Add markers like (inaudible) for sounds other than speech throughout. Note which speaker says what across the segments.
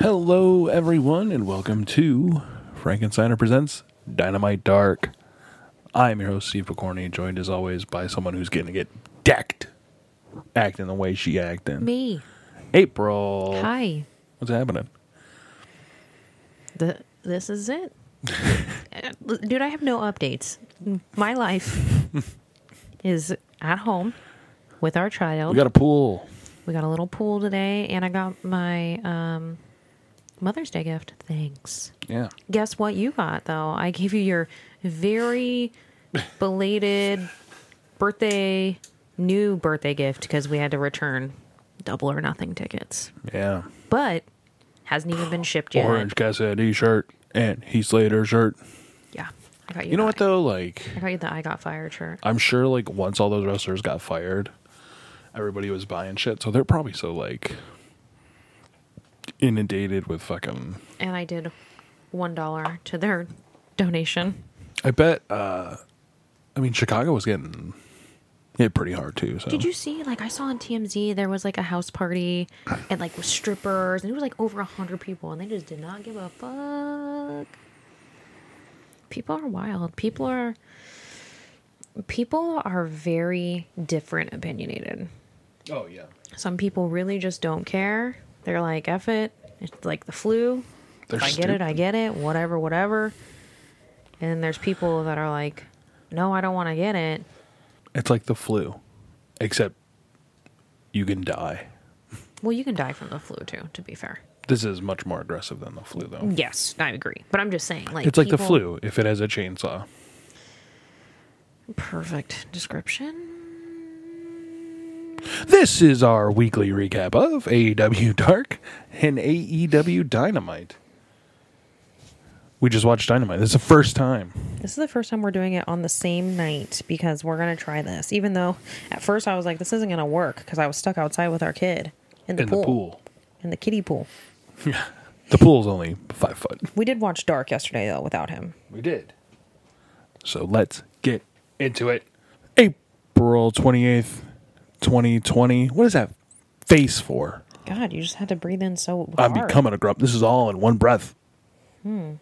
Speaker 1: Hello, everyone, and welcome to Frankensteiner Presents Dynamite Dark. I'm your host, Steve Picorni, joined as always by someone who's going to get decked, acting the way she acting.
Speaker 2: Me.
Speaker 1: April.
Speaker 2: Hi.
Speaker 1: What's happening?
Speaker 2: The, this is it. Uh, (laughs) Dude, I have no updates. My (laughs) life is at home with our child.
Speaker 1: We got a pool.
Speaker 2: We got a little pool today, and I got my um, Mother's Day gift. Thanks.
Speaker 1: Yeah.
Speaker 2: Guess what you got, though? I gave you your (laughs) very belated birthday, new birthday gift because we had to return double or nothing tickets.
Speaker 1: Yeah.
Speaker 2: But hasn't even been shipped yet.
Speaker 1: Orange Cassidy shirt and Heath Slater shirt.
Speaker 2: Yeah, I got you.
Speaker 1: You know
Speaker 2: the-
Speaker 1: what, though? Like,
Speaker 2: I got you the I got fired shirt.
Speaker 1: I'm sure, like, once all those wrestlers got fired, everybody was buying shit. So they're probably so, like, inundated with fucking
Speaker 2: And I did one dollar to their donation.
Speaker 1: I bet. Uh, I mean, Chicago was getting hit pretty hard too. So
Speaker 2: Did you see? Like I saw on TMZ, there was like a house party and like with strippers, and it was like over a hundred people, and they just did not give a fuck. People are wild. People are. People are very different opinionated.
Speaker 1: Oh yeah,
Speaker 2: Some people really just don't care. They're like, F it. It's like the flu.
Speaker 1: They're
Speaker 2: I get it, I get it, whatever, whatever. And there's people that are like, no, I don't want to get it.
Speaker 1: It's like the flu, except you can die.
Speaker 2: Well, you can die from the flu too, to be fair.
Speaker 1: This is much more aggressive than the flu, though.
Speaker 2: Yes, I agree. But I'm just saying, like,
Speaker 1: It's like the
Speaker 2: Mm. people-
Speaker 1: flu if it has a chainsaw.
Speaker 2: Perfect description.
Speaker 1: This is our weekly recap of AEW (laughs) Dark and AEW Dynamite. We just watched Dynamite. This is the first time.
Speaker 2: This is the first time we're doing it on the same night because we're going to try this. Even though at first I was like, this isn't going to work because I was stuck outside with our kid in the,
Speaker 1: In the
Speaker 2: pool,
Speaker 1: pool.
Speaker 2: in the kiddie pool.
Speaker 1: The pool's only five foot.
Speaker 2: We did watch Dark yesterday, though, without him.
Speaker 1: We did. So let's get into it. April 28th, 2020. What is that face for?
Speaker 2: God, you just had to breathe in so
Speaker 1: I'm
Speaker 2: hard.
Speaker 1: becoming a grump. This is all in one breath. Hmm.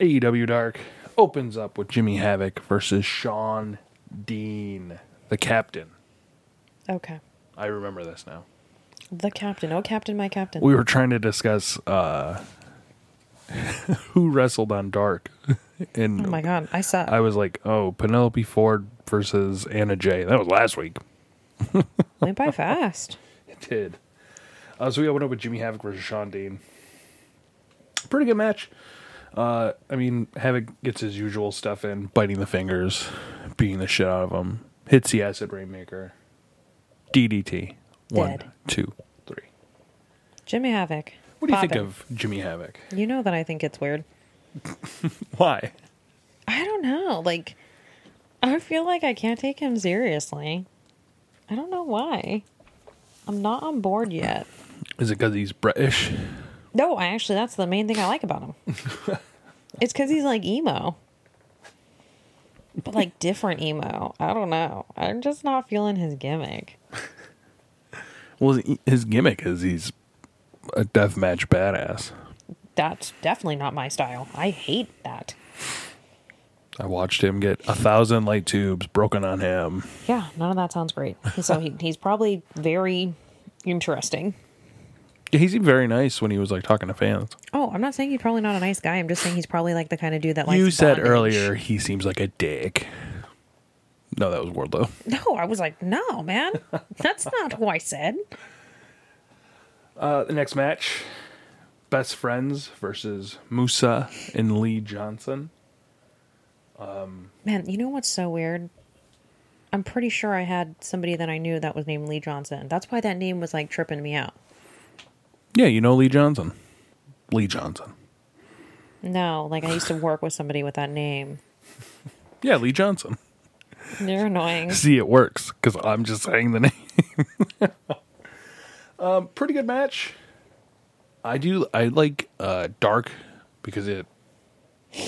Speaker 1: AEW E Dark opens up with Jimmy Havoc versus Sean Dean, the captain.
Speaker 2: okay.
Speaker 1: I remember this now.
Speaker 2: The captain. Oh, captain, my captain.
Speaker 1: We were trying to discuss uh, (laughs) who wrestled on Dark. (laughs) and
Speaker 2: Oh my god, I saw.
Speaker 1: I was like, oh, Penelope Ford versus Anna Jay. That was last week.
Speaker 2: went by fast.
Speaker 1: did. Uh, so we opened up with Jimmy Havoc versus Sean Dean. Pretty good match. Uh, I mean, Havoc gets his usual stuff in, biting the fingers, beating the shit out of him. Hits the acid rainmaker. DDT. One,
Speaker 2: Dead.
Speaker 1: two, three.
Speaker 2: Jimmy Havoc.
Speaker 1: What do you
Speaker 2: Bobbin.
Speaker 1: think of Jimmy Havoc?
Speaker 2: You know that I think it's weird.
Speaker 1: Why?
Speaker 2: I don't know. Like, I feel like I can't take him seriously. I don't know why. I'm not on board yet.
Speaker 1: Is it because he's British?
Speaker 2: No, I actually that's the main thing I like about him.
Speaker 1: (laughs)
Speaker 2: it's because he's like emo, but like different emo. I don't know. I'm just not feeling his gimmick.
Speaker 1: Well, his gimmick is he's a deathmatch badass.
Speaker 2: That's definitely not my style. I hate that.
Speaker 1: I watched him get a thousand light tubes broken on him.
Speaker 2: Yeah, none of that sounds great.
Speaker 1: (laughs)
Speaker 2: So he, he's probably very interesting.
Speaker 1: Yeah, he seemed very nice when he was like talking to fans.
Speaker 2: Oh, I'm not saying he's probably not a nice guy. I'm just saying he's probably like the kind of dude that likes.
Speaker 1: you said
Speaker 2: bondage.
Speaker 1: earlier he seems like a dick. No, that was Wardlow.
Speaker 2: No, I was like, no, man, that's not who I said.
Speaker 1: Uh, the next match, best friends versus Musa and Lee Johnson.
Speaker 2: Man, you know what's so weird? I'm pretty sure I had somebody that I knew that was named Lee Johnson. That's why that name was like tripping me out.
Speaker 1: Yeah, you know Lee Johnson. Lee Johnson.
Speaker 2: No, like I used to work with somebody with that name.
Speaker 1: Yeah, Lee Johnson.
Speaker 2: They're annoying.
Speaker 1: See, it works because I'm just saying the (laughs) name. um, pretty good match. I do. I like uh, dark because it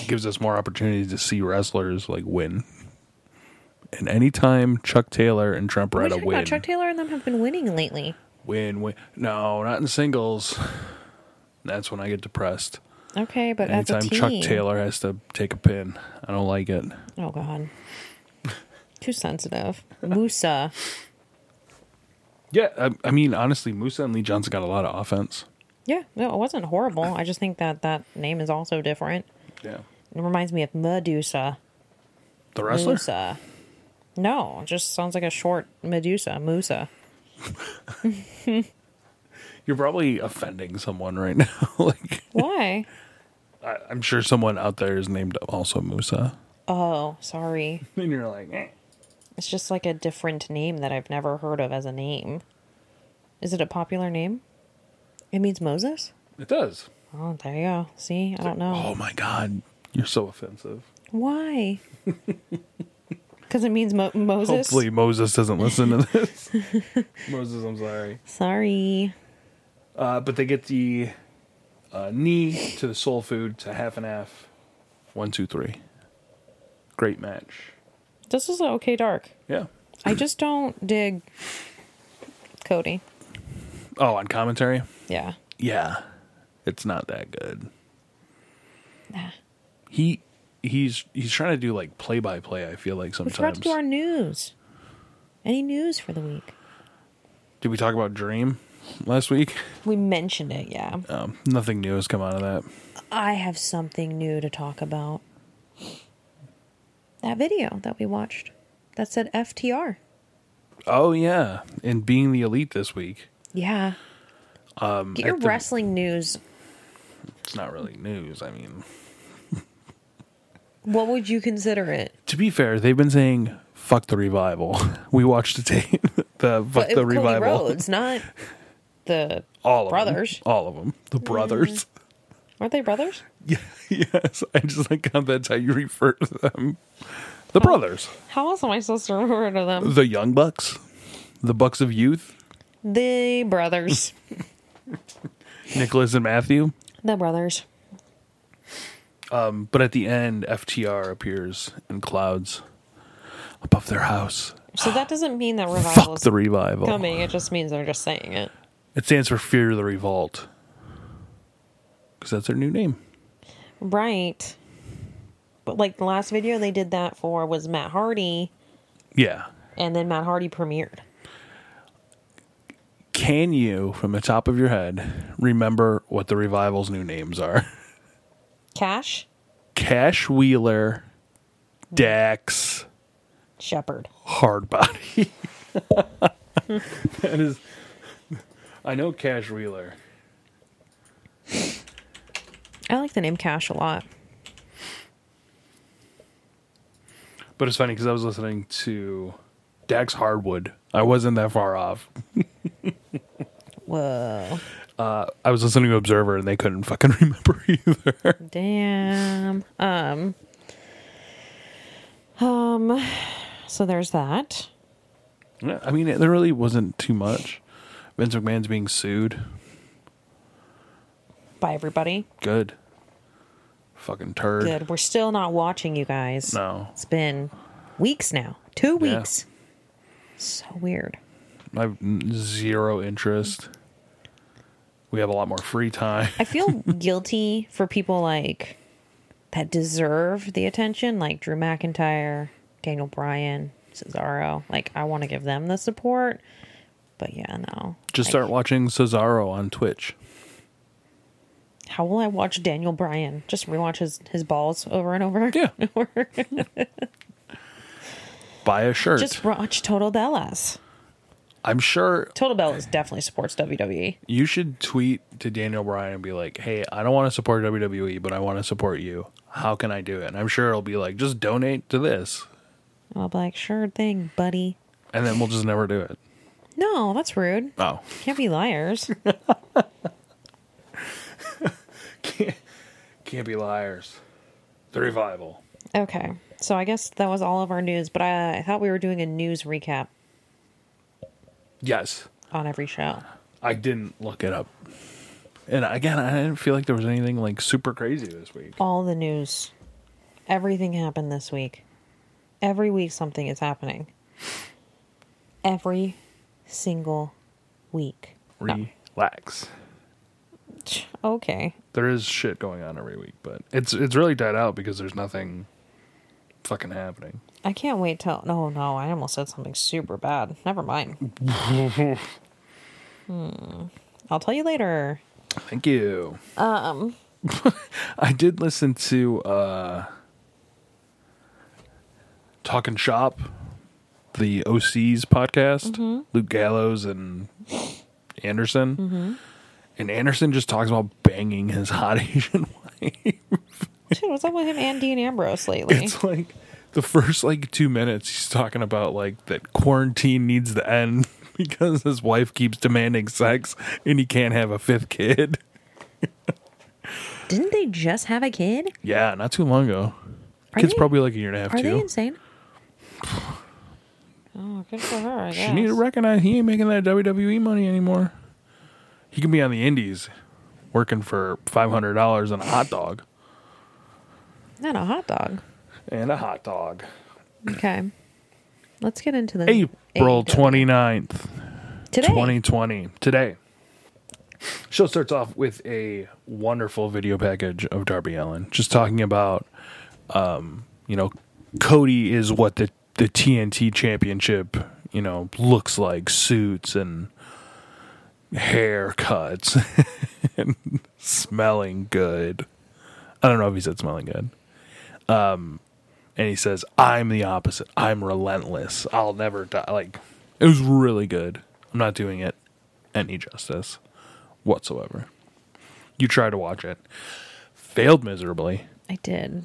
Speaker 1: gives us more opportunities to see wrestlers like win. And anytime Chuck Taylor and Trump
Speaker 2: What
Speaker 1: Retta
Speaker 2: are you talking
Speaker 1: win,
Speaker 2: about? Chuck Taylor and them have been winning lately.
Speaker 1: win, win. No, not in singles. That's when I get depressed.
Speaker 2: Okay, but
Speaker 1: Anytime
Speaker 2: as a teen,
Speaker 1: Chuck Taylor has to take a pin, I don't like it.
Speaker 2: Oh god. Too sensitive. Musa.
Speaker 1: Yeah, I, I mean, honestly, Musa and Lee Johnson got a lot of offense.
Speaker 2: Yeah, no, it wasn't horrible. I just think that that name is also different.
Speaker 1: Yeah.
Speaker 2: It reminds me of Medusa.
Speaker 1: The wrestler?
Speaker 2: Musa. No, it just sounds like a short Medusa. Musa.
Speaker 1: You're probably offending someone right (laughs) now. like, (laughs)
Speaker 2: Why?
Speaker 1: I, I'm sure someone out there is named also Musa.
Speaker 2: oh, sorry.
Speaker 1: And you're like, eh.
Speaker 2: It's just like a different name that I've never heard of as a name. Is it a popular name? It means Moses?
Speaker 1: it does.
Speaker 2: Oh, there you go. See, I don't know.
Speaker 1: Oh my God. You're so offensive. (laughs)
Speaker 2: Why? Because it means Mo- Moses.
Speaker 1: Hopefully, Moses doesn't listen to
Speaker 2: (laughs)
Speaker 1: this. Moses, I'm sorry.
Speaker 2: Sorry.
Speaker 1: Uh, but they get the uh, knee to the soul food to half and half. One, two, three. Great match.
Speaker 2: This is okay dark.
Speaker 1: Yeah.
Speaker 2: I just don't dig Cody.
Speaker 1: Oh, on commentary?
Speaker 2: Yeah.
Speaker 1: Yeah. It's not that good.
Speaker 2: Nah.
Speaker 1: He he's he's trying to do like play by play, I feel like
Speaker 2: We forgot
Speaker 1: sometimes.
Speaker 2: to do our news. Any news for the week?
Speaker 1: Did we talk about Dream last week?
Speaker 2: We mentioned it, yeah.
Speaker 1: Um, nothing new has come out of that.
Speaker 2: I have something new to talk about. That video that we watched that said FTR.
Speaker 1: Oh yeah. And being the elite this week.
Speaker 2: Yeah. Um, Get your
Speaker 1: at the-
Speaker 2: wrestling news.
Speaker 1: It's not really news, I mean.
Speaker 2: What would you consider it?
Speaker 1: to be fair, they've been saying "fuck the revival." (laughs) We watched the tape, (laughs) the "fuck
Speaker 2: But it
Speaker 1: the
Speaker 2: was Cody
Speaker 1: revival." (laughs)
Speaker 2: Rhodes, not the
Speaker 1: All of
Speaker 2: brothers. Mm.
Speaker 1: them. all of them, the brothers. (laughs)
Speaker 2: Aren't they brothers?
Speaker 1: Yeah, yes, I just like how that's how you refer to them. The brothers,
Speaker 2: How else am I supposed to refer to
Speaker 1: (laughs)
Speaker 2: them?
Speaker 1: the young bucks, the bucks of youth,
Speaker 2: The brothers.
Speaker 1: Nicholas and Matthew.
Speaker 2: the brothers.
Speaker 1: But at the end, FTR appears in clouds above their house.
Speaker 2: So (sighs) that doesn't mean that revival
Speaker 1: Fuck
Speaker 2: is
Speaker 1: the revival.
Speaker 2: coming. It just means they're just saying it.
Speaker 1: It stands for Fear the Revolt, because that's their new name.
Speaker 2: Right. But like the last video they did that for was Matt Hardy,
Speaker 1: Yeah,
Speaker 2: and then Matt Hardy premiered.
Speaker 1: Can you, from the top of your head, remember what the revival's new names are? (laughs)
Speaker 2: Cash,
Speaker 1: Cash Wheeler, Dax,
Speaker 2: Shepherd.
Speaker 1: Hardbody. (laughs) that is. I know Cash Wheeler.
Speaker 2: I like the name Cash a lot.
Speaker 1: But it's funny because I was listening to Dax Hardwood. I wasn't that far off.
Speaker 2: Whoa.
Speaker 1: Uh, I was listening to Observer and they couldn't (laughs) fucking remember either.
Speaker 2: Damn. Um. Um. So there's that.
Speaker 1: Yeah, I mean, there really wasn't too much. Vince McMahon's being sued.
Speaker 2: Bye, everybody.
Speaker 1: Good. Fucking turd.
Speaker 2: Good. We're still not watching you guys.
Speaker 1: No.
Speaker 2: It's been weeks now. Two
Speaker 1: Yeah.
Speaker 2: weeks. So weird.
Speaker 1: I have n- zero interest. We have a lot more free time. (laughs)
Speaker 2: I feel guilty for people like that deserve the attention, like Drew McIntyre, Daniel Bryan, Cesaro. Like I want to give them the support, but yeah, no.
Speaker 1: Just
Speaker 2: Like,
Speaker 1: start watching Cesaro on Twitch.
Speaker 2: How will I watch Daniel Bryan? Just rewatch his his balls over and over. (laughs)
Speaker 1: Yeah.
Speaker 2: and over.
Speaker 1: Buy a shirt.
Speaker 2: Just watch Total Bellas.
Speaker 1: I'm sure
Speaker 2: Total Bellas definitely supports E. WWE.
Speaker 1: you should tweet to Daniel Bryan and be like, hey, I don't want to support WWE, but I want to support you. How can I do it? And I'm sure it'll be like, just donate to this.
Speaker 2: I'll be like, sure thing, buddy.
Speaker 1: And then we'll just never do it.
Speaker 2: No, that's rude.
Speaker 1: Oh.
Speaker 2: Can't be liars.
Speaker 1: Can't be liars. The revival.
Speaker 2: Okay. So I guess that was all of our news, but I, I thought we were doing a news recap
Speaker 1: Yes.
Speaker 2: on every show.
Speaker 1: I didn't look it up. And again, I didn't feel like there was anything like super crazy this week.
Speaker 2: All the news. Everything happened this week. Every week something is happening. Every single week. No.
Speaker 1: Relax.
Speaker 2: Okay.
Speaker 1: There is shit going on every week, but it's it's really died out because there's nothing fucking happening.
Speaker 2: I can't wait till. No, no, I almost said something super bad. Never mind. (laughs) hmm. I'll tell you later.
Speaker 1: Thank you. Um (laughs) I did listen to uh Talking Shop, the OC's podcast, Luke Gallows and Anderson. And Anderson just talks about banging his hot (laughs) Asian wife.
Speaker 2: Dude, what's up with him and Dean Ambrose lately?
Speaker 1: It's like the first like two minutes he's talking about like that quarantine needs to end (laughs) because his wife keeps demanding sex and he can't have a fifth kid.
Speaker 2: Didn't they just have a kid?
Speaker 1: Yeah, not too long ago.
Speaker 2: Are
Speaker 1: Kid's
Speaker 2: they-
Speaker 1: probably like a year and a half
Speaker 2: Are they
Speaker 1: too.
Speaker 2: insane? (sighs) Oh, good for her, I guess.
Speaker 1: She need to recognize he ain't making that WWE money anymore. He can be on the indies working for five hundred dollars on a hot dog.
Speaker 2: Not a hot dog.
Speaker 1: And a hot dog.
Speaker 2: Okay. Let's get into the
Speaker 1: April
Speaker 2: AEW.
Speaker 1: 29th,
Speaker 2: Today.
Speaker 1: 2020 today show starts off with a wonderful video package of darby allen just talking about um you know cody is what the the tnt championship you know looks like suits and haircuts (laughs) and smelling good i don't know if he said smelling good um and he says i'm the opposite i'm relentless i'll never die like it was really good i'm not doing it any justice whatsoever you try to watch it failed miserably
Speaker 2: I did.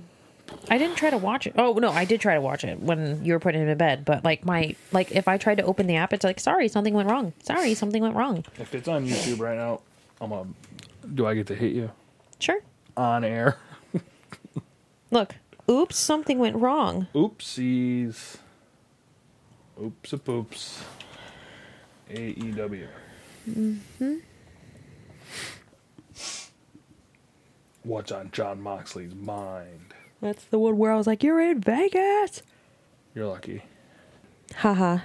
Speaker 2: I didn't try to watch it. Oh no, I did try to watch it when you were putting him in bed. But like my like, if I tried to open the app, it's like, sorry, something went wrong. Sorry, something went wrong.
Speaker 1: if it's on youtube right now i'm a do i get to hit you
Speaker 2: Sure.
Speaker 1: on air
Speaker 2: Look. Oops, something went wrong.
Speaker 1: oopsies oops a poops E aew Mm-hmm. what's on john moxley's mind
Speaker 2: That's the one where I was like, you're in Vegas.
Speaker 1: you're lucky
Speaker 2: Haha.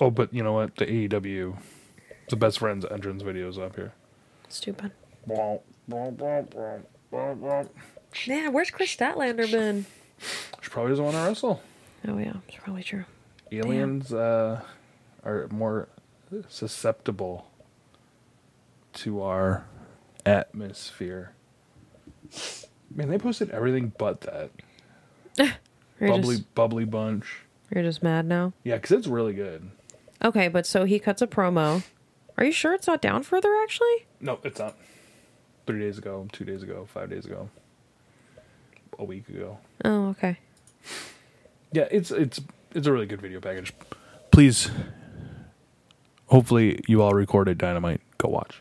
Speaker 1: oh but you know what the aew the best friends entrance videos up here
Speaker 2: Stupid.
Speaker 1: She
Speaker 2: Yeah, where's Chris Statlander been?
Speaker 1: probably doesn't want to wrestle.
Speaker 2: Oh yeah, it's probably true.
Speaker 1: Aliens uh, are more susceptible to our atmosphere. Man, they posted everything but that
Speaker 2: You're
Speaker 1: bubbly
Speaker 2: just,
Speaker 1: bubbly bunch.
Speaker 2: you're just mad now.
Speaker 1: Yeah, because it's really good.
Speaker 2: Okay, but so he cuts a promo. Are you sure it's not down further? Actually,
Speaker 1: No, it's not. Three days ago, two days ago, five days ago, a week ago.
Speaker 2: oh okay.
Speaker 1: yeah it's it's it's a really good video package please hopefully you all recorded dynamite go watch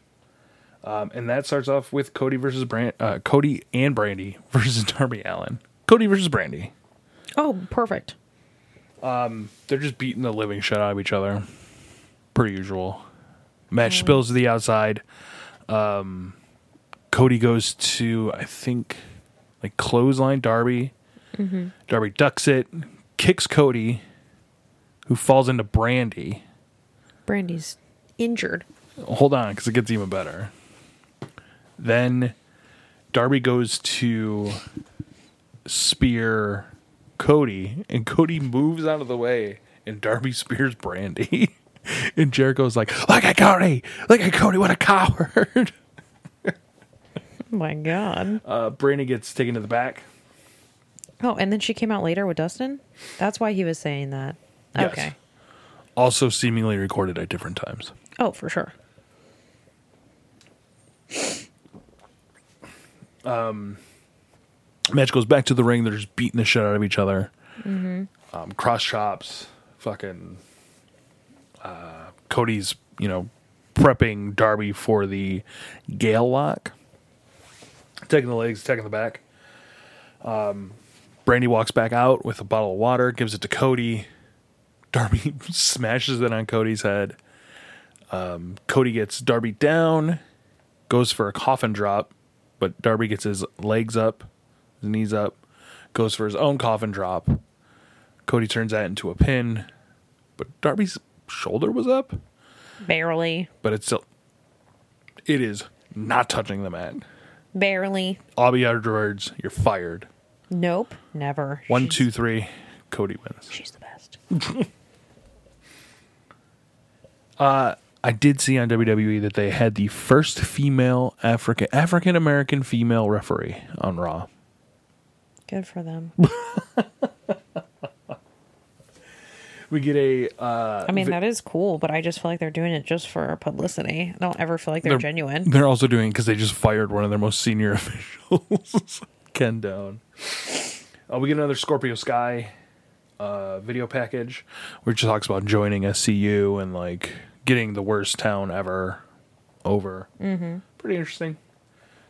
Speaker 1: um, and that starts off with cody versus brand uh, cody and brandy (laughs) versus darby allen cody versus brandy
Speaker 2: Oh, perfect.
Speaker 1: they're just beating the living shit out of each other per usual match spills to the outside um, cody goes to i think like clothesline darby darby ducks it kicks cody who falls into brandy
Speaker 2: Brandy's injured.
Speaker 1: hold on because it gets even better then darby goes to spear cody and cody moves out of the way and darby (laughs) spears brandy (laughs) and jericho's like look at cody look at cody what a coward (laughs)
Speaker 2: Oh my god.
Speaker 1: uh, brandy gets taken to the back
Speaker 2: Oh, and then she came out later with Dustin? That's why he was saying that.
Speaker 1: Yes.
Speaker 2: Okay.
Speaker 1: also seemingly recorded at different times
Speaker 2: Oh, for sure.
Speaker 1: match goes back to the ring. They're just beating the shit out of each other. Um, cross chops, fucking. Uh, Cody's, you know, prepping Darby for the Gale Lock. Taking the legs, taking the back. Um, Brandy walks back out with a bottle of water, gives it to Cody. Darby (laughs) smashes it on Cody's head. Um, Cody gets Darby down, goes for a coffin drop, but Darby gets his legs up, his knees up, goes for his own coffin drop. Cody turns that into a pin, but Darby's shoulder was up,
Speaker 2: Barely.
Speaker 1: but it's still. It is Not touching the mat.
Speaker 2: Barely.
Speaker 1: Abby Edwards, you're fired.
Speaker 2: Nope. Never.
Speaker 1: One,
Speaker 2: She's-
Speaker 1: two, three. Cody wins.
Speaker 2: She's the best.
Speaker 1: I did see on WWE that they had the first female African African American female referee on Raw.
Speaker 2: Good for them.
Speaker 1: We get a uh,
Speaker 2: I mean, that is cool, but I just feel like they're doing it just for publicity. I don't ever feel like they're, genuine.
Speaker 1: They're also doing because they just fired one of their most senior (laughs) officials, Ken Down. Uh, we get another Scorpio Sky uh, video package, which talks about joining SCU and like getting the worst town ever over. Mm-hmm. Pretty interesting.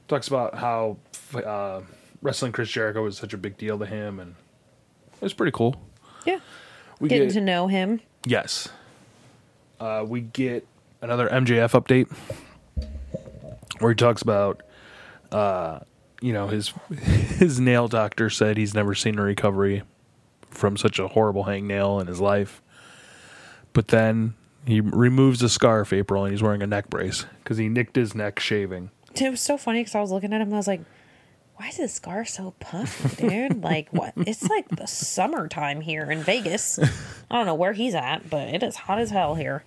Speaker 1: Talks about how uh, wrestling Chris Jericho was such a big deal to him, and it was pretty cool.
Speaker 2: Yeah.
Speaker 1: We
Speaker 2: Getting
Speaker 1: get-
Speaker 2: to know him.
Speaker 1: Yes. Uh, we get another MJF update where he talks about, uh, you know, his (laughs) his nail doctor said he's never seen a recovery from such a horrible hangnail in his life. But then he removes the scarf, April, and he's wearing a neck brace because he nicked his neck shaving.
Speaker 2: It was so funny because I was looking at him and I was like, why is this scar so puffy, dude? like,
Speaker 1: (laughs)
Speaker 2: what? It's like the summertime here in Vegas. I don't know where he's at, but it is hot as hell here.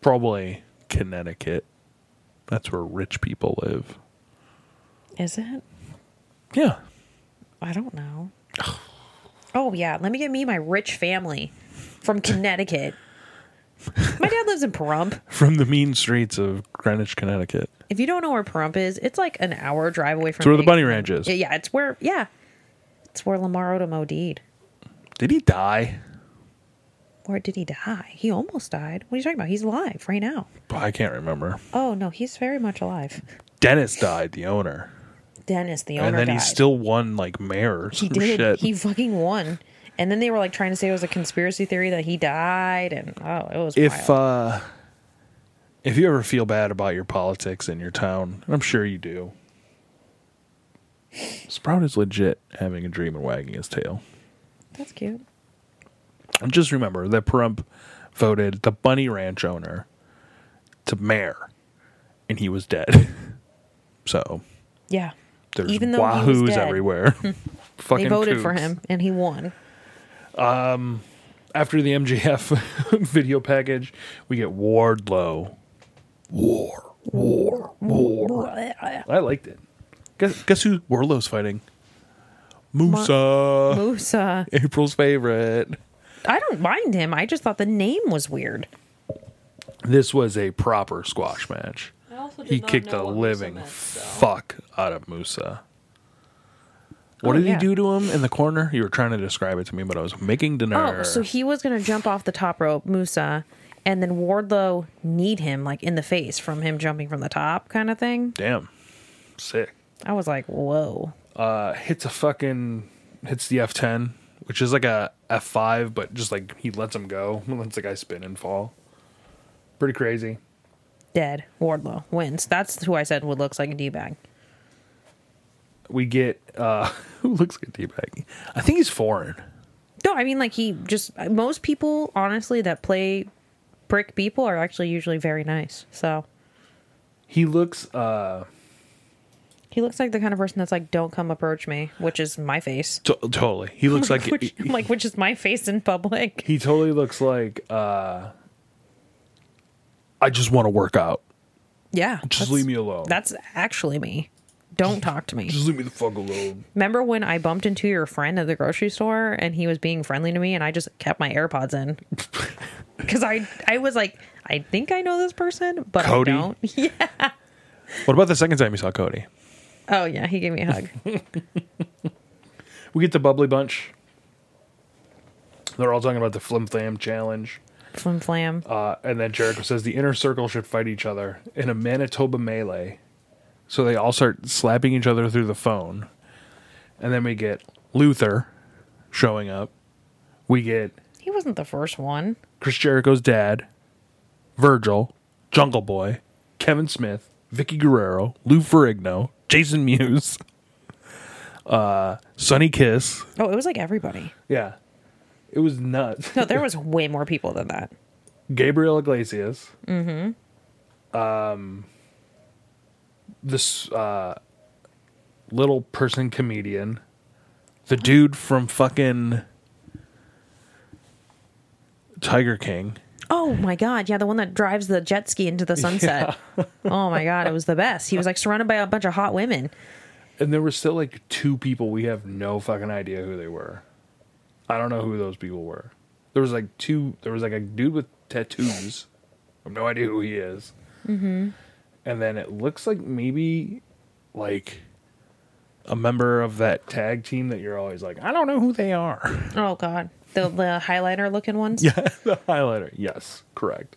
Speaker 1: Probably Connecticut. That's where rich people live.
Speaker 2: Is it?
Speaker 1: Yeah.
Speaker 2: I don't know. Oh, yeah. Let me get me my rich family from Connecticut. My dad lives in Pahrump.
Speaker 1: From the mean streets of Greenwich, Connecticut.
Speaker 2: If you don't know where Pahrump is, it's like an hour drive away from
Speaker 1: It's where the
Speaker 2: Vegas.
Speaker 1: Bunny Ranch is.
Speaker 2: Yeah, Yeah, it's where yeah. It's where Lamar Odom OD'd.
Speaker 1: Did he die?
Speaker 2: Where did he die? He almost died. What are you talking about? He's alive right now.
Speaker 1: I can't remember.
Speaker 2: Oh no, he's very much alive.
Speaker 1: Dennis died, the owner,
Speaker 2: Dennis, the owner,
Speaker 1: and then
Speaker 2: died.
Speaker 1: he still won like mayor or
Speaker 2: he
Speaker 1: some
Speaker 2: did.
Speaker 1: shit.
Speaker 2: He fucking won. And then they were like trying to say it was a conspiracy theory that he died, and oh, it was
Speaker 1: if
Speaker 2: wild.
Speaker 1: uh, if you ever feel bad about your politics in your town, and I'm sure you do, Sprout is legit having a dream and wagging his tail.
Speaker 2: That's cute.
Speaker 1: And just remember that Perump voted the Bunny Ranch owner to mayor, and he was dead. (laughs) so
Speaker 2: Yeah.
Speaker 1: there's
Speaker 2: Even though he was
Speaker 1: wahoos
Speaker 2: dead,
Speaker 1: everywhere. Fucking
Speaker 2: (laughs) they voted for
Speaker 1: kooks.
Speaker 2: him, and he won.
Speaker 1: after the MJF (laughs) video package, we get Wardlow. War, war, war. I liked it. Guess, guess who Wardlow's fighting? Musa,
Speaker 2: Musa,
Speaker 1: (laughs) April's favorite.
Speaker 2: uh, I don't mind him. I just thought the name was weird.
Speaker 1: This was a proper squash match.
Speaker 3: I also did
Speaker 1: He
Speaker 3: not
Speaker 1: kicked
Speaker 3: know
Speaker 1: the
Speaker 3: what Musa
Speaker 1: living
Speaker 3: meant, so.
Speaker 1: fuck out of Musa. What
Speaker 2: Oh,
Speaker 1: did
Speaker 2: yeah.
Speaker 1: he do to him in the corner? You were trying to describe it to me, but I was making dinner.
Speaker 2: Oh, so he was gonna jump off the top rope, Musa, and then Wardlow kneed him like in the face from him jumping from the top, kind of thing.
Speaker 1: Damn. Sick.
Speaker 2: I was like, whoa.
Speaker 1: uh, hits a fucking hits the F10, which is like a F5, but just like he lets him go, (laughs) lets the guy spin and fall. Pretty crazy.
Speaker 2: Dead. Wardlow wins. That's who I said would looks like a D bag.
Speaker 1: We get uh, (laughs) who looks like a D-bag. I think he's foreign.
Speaker 2: No, I mean like he just most people honestly that play brick people are actually usually very nice. So
Speaker 1: He looks. Uh,
Speaker 2: he looks like the kind of person that's like, don't come approach me, which is my face.
Speaker 1: to- totally. He (laughs) looks like
Speaker 2: (laughs) Which I'm like, which is my face in
Speaker 1: (laughs)
Speaker 2: public.
Speaker 1: he totally looks like. Uh, I just want to work out.
Speaker 2: Yeah.
Speaker 1: Just
Speaker 2: that's-
Speaker 1: leave me alone.
Speaker 2: That's actually me. Don't talk to
Speaker 1: (laughs)
Speaker 2: me.
Speaker 1: Just leave me the fuck alone.
Speaker 2: Remember when I bumped into your friend at the grocery store and he was being friendly to me and I just kept my
Speaker 1: (laughs)
Speaker 2: AirPods in? Because I, I was like, I think I know this person, but
Speaker 1: Cody?
Speaker 2: I don't. Yeah.
Speaker 1: What about the second time you saw Cody?
Speaker 2: Oh, yeah. He gave me a hug.
Speaker 1: We get the bubbly bunch. They're all talking about the flim flam challenge.
Speaker 2: (laughs) Flim flam.
Speaker 1: Uh, and then Jericho says the inner circle should fight each other in a Manitoba melee. So they all start slapping each other through the phone. And then we get Luther showing up. We get
Speaker 2: He wasn't the first one.
Speaker 1: Chris Jericho's dad, Virgil, Jungle Boy, Kevin Smith, Vicky Guerrero, Lou Ferrigno, Jason Mewes, (laughs) uh, Sonny Kiss.
Speaker 2: Oh, it was like everybody.
Speaker 1: Yeah. It was nuts.
Speaker 2: No, there was way more people than that.
Speaker 1: Gabriel Iglesias. Mm-hmm. Um, this uh, little person comedian, the dude from fucking Tiger King.
Speaker 2: Oh my god, yeah, the one that drives the jet ski into the sunset. (laughs) oh my god, it was the best. He was like surrounded by a bunch of hot women.
Speaker 1: And there were still like two people we have no fucking idea who they were. I don't know who those people were. There was like two. There was like a dude with tattoos. I have no idea who he is. Mm-hmm. And then it looks like maybe like a member of that tag team that you're always like, I don't know who they are. (laughs)
Speaker 2: Oh god. The the highlighter looking ones.
Speaker 1: Yeah, the highlighter. Yes, correct.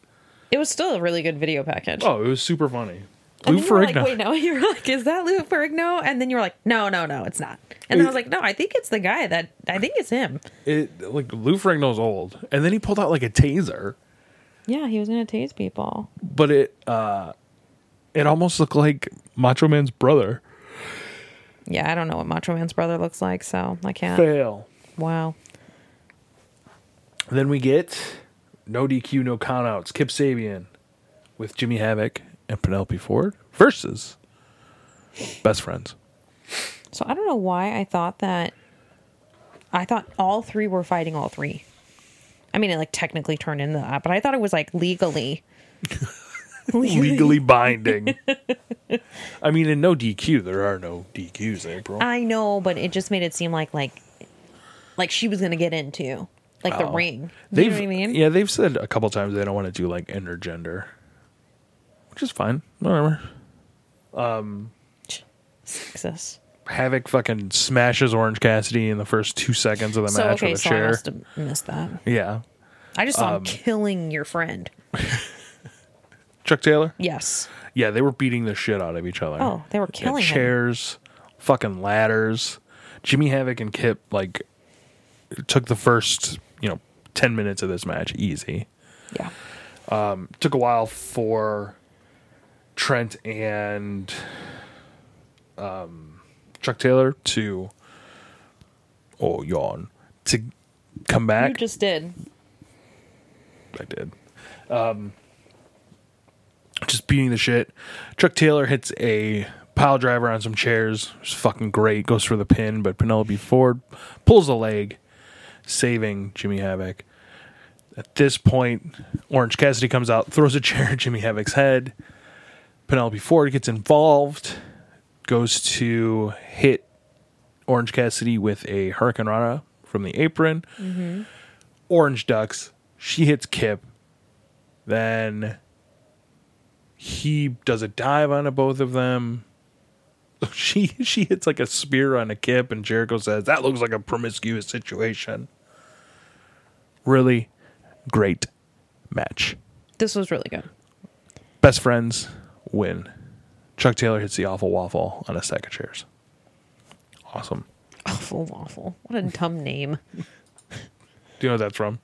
Speaker 2: It was still a really good video package.
Speaker 1: Oh, it was super funny.
Speaker 2: and
Speaker 1: Lou
Speaker 2: then you were like,
Speaker 1: Ferrigno.
Speaker 2: wait, no, (laughs) you were like, is that Lou Ferrigno? And then you were like, no, no, no, it's not. And I was like, no, I think it's the guy that I think it's him.
Speaker 1: It like Lou Ferrigno's old, and then he pulled out like a taser,
Speaker 2: Yeah, he was gonna tase people.
Speaker 1: but it uh, it almost looked like Macho Man's brother.
Speaker 2: Yeah, I don't know what Macho Man's brother looks like, so I can't.
Speaker 1: Fail.
Speaker 2: Wow.
Speaker 1: Then we get no DQ, no countouts. Kip Sabian with Jimmy Havoc and Penelope Ford versus best friends.
Speaker 2: So I don't know why I thought that. I thought all three were fighting all three. I mean, it like technically turned into that, but I thought it was like legally.
Speaker 1: Legally binding. (laughs) I mean, in no DQ, there are no DQs, April.
Speaker 2: I know, but it just made it seem like like like she was gonna get into like the ring. You know what I mean?
Speaker 1: Yeah, Oh. they've said a couple times they don't want to do like intergender, which is fine. Whatever.
Speaker 2: Sexist.
Speaker 1: Havoc fucking smashes Orange Cassidy in the first two seconds of the
Speaker 2: So
Speaker 1: match
Speaker 2: okay,
Speaker 1: with a
Speaker 2: so I
Speaker 1: chair. Um,
Speaker 2: must have missed that.
Speaker 1: Yeah.
Speaker 2: I just saw him killing your friend.
Speaker 1: Chuck Taylor?
Speaker 2: Yes.
Speaker 1: Yeah, they were beating the shit out of each other.
Speaker 2: Oh, they were
Speaker 1: Yeah,
Speaker 2: killing him.
Speaker 1: chairs, fucking ladders. Jimmy Havoc and Kip like took the first, you know, 10 minutes of this match easy.
Speaker 2: Yeah.
Speaker 1: took a while for Trent and um, Chuck Taylor to oh yawn to come
Speaker 2: You
Speaker 1: back.
Speaker 2: just did.
Speaker 1: I did. Um, just beating the shit. Chuck Taylor hits a pile driver on some chairs. It's fucking great. Goes for the pin, but Penelope Ford pulls a leg, saving Jimmy Havoc. At this point, Orange Cassidy comes out, throws a chair at (laughs) Jimmy Havoc's head. Penelope Ford gets involved, goes to hit Orange Cassidy with a Hurricane Rana from the apron. Orange ducks. She hits Kip. Then he does a dive on both of them. (laughs) She she hits like a spear on a Kip, and Jericho says that looks like a promiscuous situation. Really great match.
Speaker 2: This was really good.
Speaker 1: Best friends win. Chuck Taylor hits the awful waffle on a stack of chairs. Awesome.
Speaker 2: Awful waffle. What a dumb name.
Speaker 1: Do you know what that's from?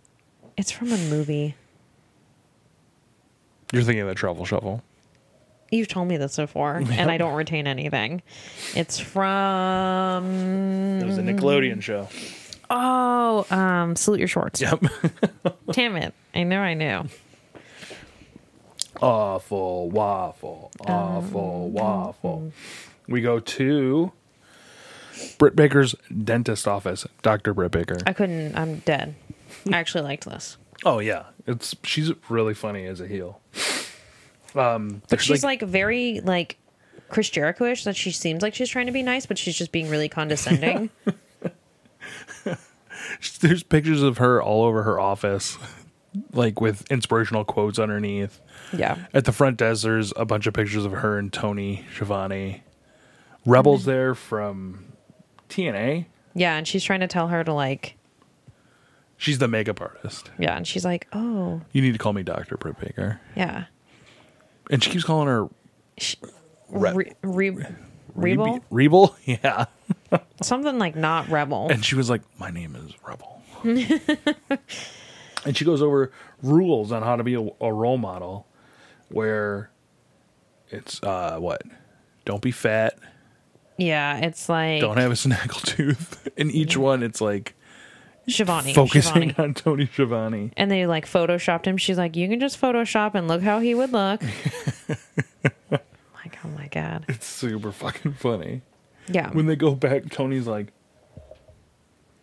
Speaker 2: It's from a movie.
Speaker 1: You're thinking of the Travel Shuffle.
Speaker 2: You've told me
Speaker 1: (laughs)
Speaker 2: this before, and I don't retain anything. It's from
Speaker 1: It was a Nickelodeon show.
Speaker 2: oh, um, salute your shorts.
Speaker 1: Yep. (laughs)
Speaker 2: Damn it! I know, I knew.
Speaker 1: awful waffle,
Speaker 2: Um,
Speaker 1: awful waffle.
Speaker 2: mm-hmm.
Speaker 1: We go to Britt Baker's dentist office, Dr. Britt Baker.
Speaker 2: I couldn't. I'm dead. I actually liked this,
Speaker 1: Oh yeah, it's she's really funny as a heel. Um,
Speaker 2: but she's like, very like Chris Jericho-ish. That she seems like she's trying to be nice, but she's just being
Speaker 1: (laughs)
Speaker 2: really condescending.
Speaker 1: there's pictures of her all over her office, (laughs) like with inspirational quotes underneath.
Speaker 2: yeah.
Speaker 1: At the front desk, there's a bunch of pictures of her and Tony Schiavone. Rebels
Speaker 2: Mm-hmm.
Speaker 1: there from TNA.
Speaker 2: Yeah, and she's trying to tell her to like.
Speaker 1: She's the makeup artist.
Speaker 2: Yeah, and she's like, oh,
Speaker 1: You need to call me Dr. Britt Baker.
Speaker 2: yeah.
Speaker 1: And she keeps calling her
Speaker 2: She,
Speaker 1: Re-
Speaker 2: re, re, Rebel?
Speaker 1: Rebel? (laughs) Yeah.
Speaker 2: Something like not rebel.
Speaker 1: And she was like, My name is
Speaker 2: (laughs)
Speaker 1: Rebel. and she goes over rules on how to be a, a role model where it's uh what? Don't be fat,
Speaker 2: Yeah, it's like
Speaker 1: don't have a (laughs) snaggletooth. In each one it's like
Speaker 2: Shivani.
Speaker 1: focusing
Speaker 2: Shivani.
Speaker 1: on Tony Schiavone.
Speaker 2: And they
Speaker 1: (laughs)
Speaker 2: like photoshopped him. She's like, you can just photoshop and look how he would look. like, oh my god.
Speaker 1: It's super fucking funny.
Speaker 2: Yeah.
Speaker 1: When they go back, Tony's like,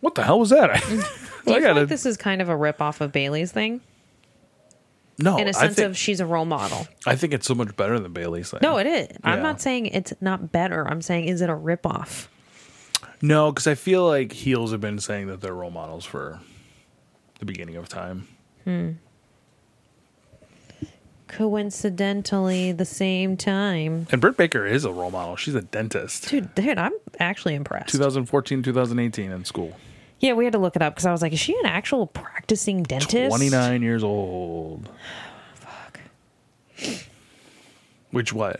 Speaker 1: "What the hell was that?" (laughs)
Speaker 2: Do you
Speaker 1: I
Speaker 2: feel
Speaker 1: gotta
Speaker 2: like this is kind of a rip off of Bailey's thing?
Speaker 1: no.
Speaker 2: In
Speaker 1: Oh, I
Speaker 2: a sense
Speaker 1: think,
Speaker 2: of she's a role model.
Speaker 1: I think it's so much better than Bailey's thing.
Speaker 2: No, it is. I'm
Speaker 1: Yeah.
Speaker 2: not saying it's not better. I'm saying is it a rip off?
Speaker 1: No, because I feel like heels have been saying that they're role models for the beginning of time.
Speaker 2: Coincidentally, the same time.
Speaker 1: And Britt Baker is a role model. She's a dentist.
Speaker 2: Dude, dude, I'm actually impressed.
Speaker 1: 2014, 2018 in school.
Speaker 2: Yeah, we had to look it up because I was like, is she an actual practicing dentist?
Speaker 1: 29 years old.
Speaker 2: (sighs) Fuck.
Speaker 1: Which what?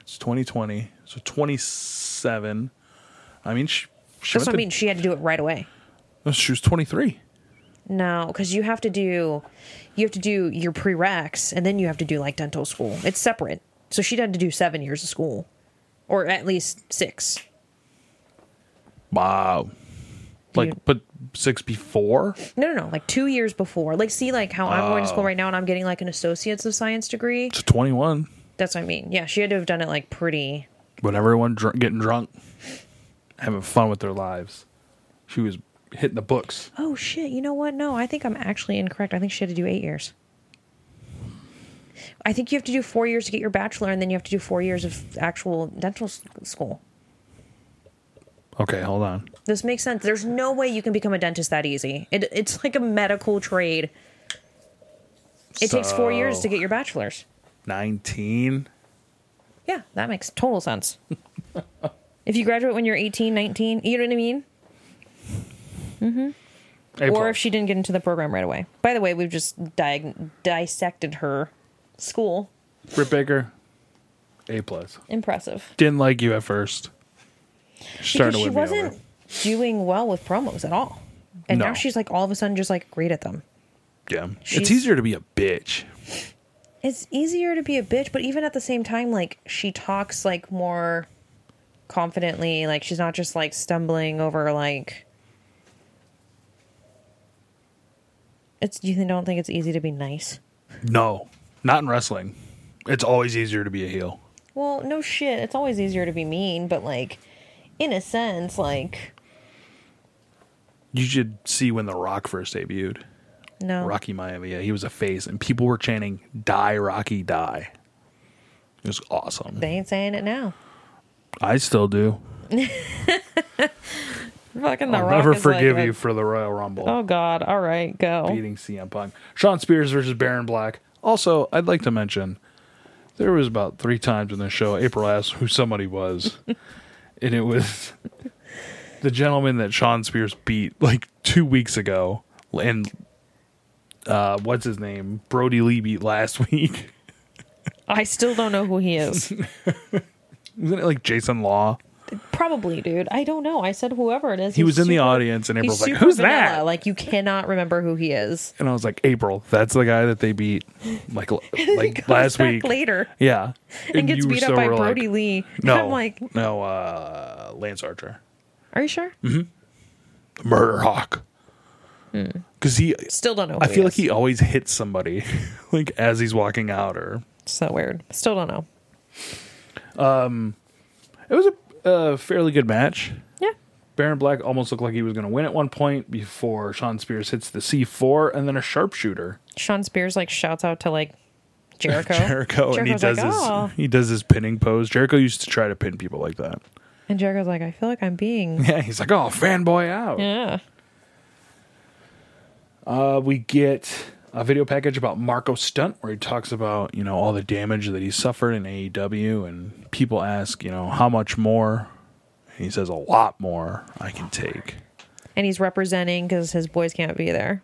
Speaker 1: It's 2020. So 27. I mean, she, she, went
Speaker 2: That's what I
Speaker 1: to-
Speaker 2: mean. She had to do it right away.
Speaker 1: no, she was 23.
Speaker 2: No, because you have to do, you have to do your prereqs, and then you have to do like dental school. It's separate. So she had to do seven years of school, or at least six.
Speaker 1: Wow. Like,
Speaker 2: Dude.
Speaker 1: but six before?
Speaker 2: No, no, no, like two years before. Like, see, like how I'm going to school right now, and I'm getting like an associate's of science degree.
Speaker 1: So 21.
Speaker 2: That's what I mean. Yeah, she had to have done it like pretty.
Speaker 1: When everyone dr- getting drunk, having fun with their lives, she was hitting the books.
Speaker 2: Oh shit! You know what? No, I think I'm actually incorrect. I think she had to do eight years. I think you have to do four years to get your bachelor, and then you have to do four years of actual dental s- school.
Speaker 1: Okay, hold on.
Speaker 2: This makes sense. There's no way you can become a dentist that easy. It, it's like a medical trade. It takes four years to
Speaker 1: So,
Speaker 2: get your bachelor's.
Speaker 1: 19.
Speaker 2: Yeah, that makes total sense. (laughs) if you graduate when you're 18, 19, you know what I mean?
Speaker 1: A
Speaker 2: Or
Speaker 1: plus.
Speaker 2: if she didn't get into the program right away. By the way, we've just diag- dissected her school.
Speaker 1: Britt Baker, A plus.
Speaker 2: Impressive.
Speaker 1: Didn't like you at first. Started
Speaker 2: because she
Speaker 1: with me over.
Speaker 2: wasn't doing well with promos at all. And
Speaker 1: No.
Speaker 2: now she's like all of a sudden just like great at them.
Speaker 1: Yeah, it's
Speaker 2: she's-
Speaker 1: easier to be a bitch.
Speaker 2: it's easier to be a bitch, but even at the same time, like she talks like more confidently. Like she's not just like stumbling over like. It's you don't think it's easy to be nice?
Speaker 1: No, not in wrestling. It's always easier to be a heel.
Speaker 2: Well, no shit. It's always easier to be mean, but like, in a sense, like
Speaker 1: You should see when The Rock first debuted.
Speaker 2: no.
Speaker 1: Rocky Maivia. He was a face, and people were chanting "Die Rocky, die." It was awesome.
Speaker 2: They ain't saying it now.
Speaker 1: I still do.
Speaker 2: Fucking the
Speaker 1: I'll
Speaker 2: Rock
Speaker 1: never
Speaker 2: is like,
Speaker 1: forgive
Speaker 2: like,
Speaker 1: you for the Royal Rumble
Speaker 2: Oh God! All right, go.
Speaker 1: beating CM Punk. Sean Spears versus Baron Black. Also, I'd like to mention there was about three times in the show April asked who somebody
Speaker 2: (laughs)
Speaker 1: was, and it was the gentleman that Sean Spears beat like two weeks ago, and uh, what's his name? Brody Lee beat last (laughs) week.
Speaker 2: I still don't know who
Speaker 1: (laughs)
Speaker 2: he is.
Speaker 1: Isn't it like Jason Law?
Speaker 2: Probably, dude. I don't know. I said whoever it is.
Speaker 1: He was in the
Speaker 2: super-
Speaker 1: audience, and April's
Speaker 2: He's
Speaker 1: like,
Speaker 2: super
Speaker 1: "Who's
Speaker 2: vanilla.
Speaker 1: that?"
Speaker 2: Like you cannot remember who he is.
Speaker 1: and I was like, "April, that's the guy that they beat
Speaker 2: (laughs)
Speaker 1: like l-
Speaker 2: He
Speaker 1: like
Speaker 2: comes
Speaker 1: last
Speaker 2: back
Speaker 1: week."
Speaker 2: later
Speaker 1: Yeah,
Speaker 2: and, gets
Speaker 1: you
Speaker 2: beat
Speaker 1: so
Speaker 2: up by
Speaker 1: were like,
Speaker 2: Brody (laughs) Lee.
Speaker 1: No,
Speaker 2: I'm like,
Speaker 1: no, uh, Lance Archer,
Speaker 2: are you sure?
Speaker 1: Murder Hawk,
Speaker 2: Hmm.
Speaker 1: because he.
Speaker 2: Still don't know. Who
Speaker 1: I feel like
Speaker 2: is.
Speaker 1: he always hits somebody, (laughs) like as he's walking out. Or
Speaker 2: so weird. Still don't know.
Speaker 1: it was a, a fairly good match.
Speaker 2: Yeah.
Speaker 1: Baron Black almost looked like he was going to win at one point before Sean Spears hits the C4 and then a sharpshooter.
Speaker 2: Sean Spears like shouts out to like (laughs) Jericho.
Speaker 1: Jericho, and he
Speaker 2: Jericho's
Speaker 1: does
Speaker 2: like,
Speaker 1: his
Speaker 2: "Oh."
Speaker 1: he does his pinning pose. Jericho used to try to pin people like that.
Speaker 2: And Jericho's like, I feel like I'm being. (laughs)
Speaker 1: Yeah, he's like, oh, fanboy out.
Speaker 2: Yeah.
Speaker 1: Uh, we get a video package about Marco Stunt where he talks about you know all the damage that he suffered in AEW, and people ask you know how much more. And he says a lot more I can take
Speaker 2: And he's representing because his boys can't be there.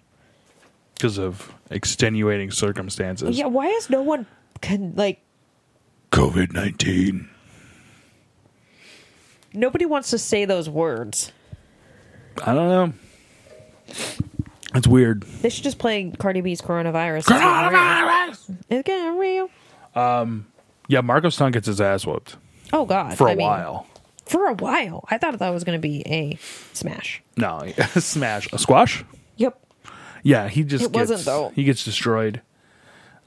Speaker 1: because of extenuating circumstances.
Speaker 2: Yeah. Why is no one can like
Speaker 1: COVID nineteen.
Speaker 2: nobody wants to say those words?
Speaker 1: I don't know. It's weird.
Speaker 2: They should just play Cardi B's coronavirus. It's getting real. It's getting real.
Speaker 1: Yeah, Marco Stunt gets his ass whooped
Speaker 2: Oh God!
Speaker 1: for a
Speaker 2: I mean,
Speaker 1: while.
Speaker 2: for a while. I thought that was going to be a smash.
Speaker 1: No, (laughs) smash a squash.
Speaker 2: Yep.
Speaker 1: Yeah, he just
Speaker 2: It
Speaker 1: gets,
Speaker 2: wasn't, though.
Speaker 1: He gets destroyed.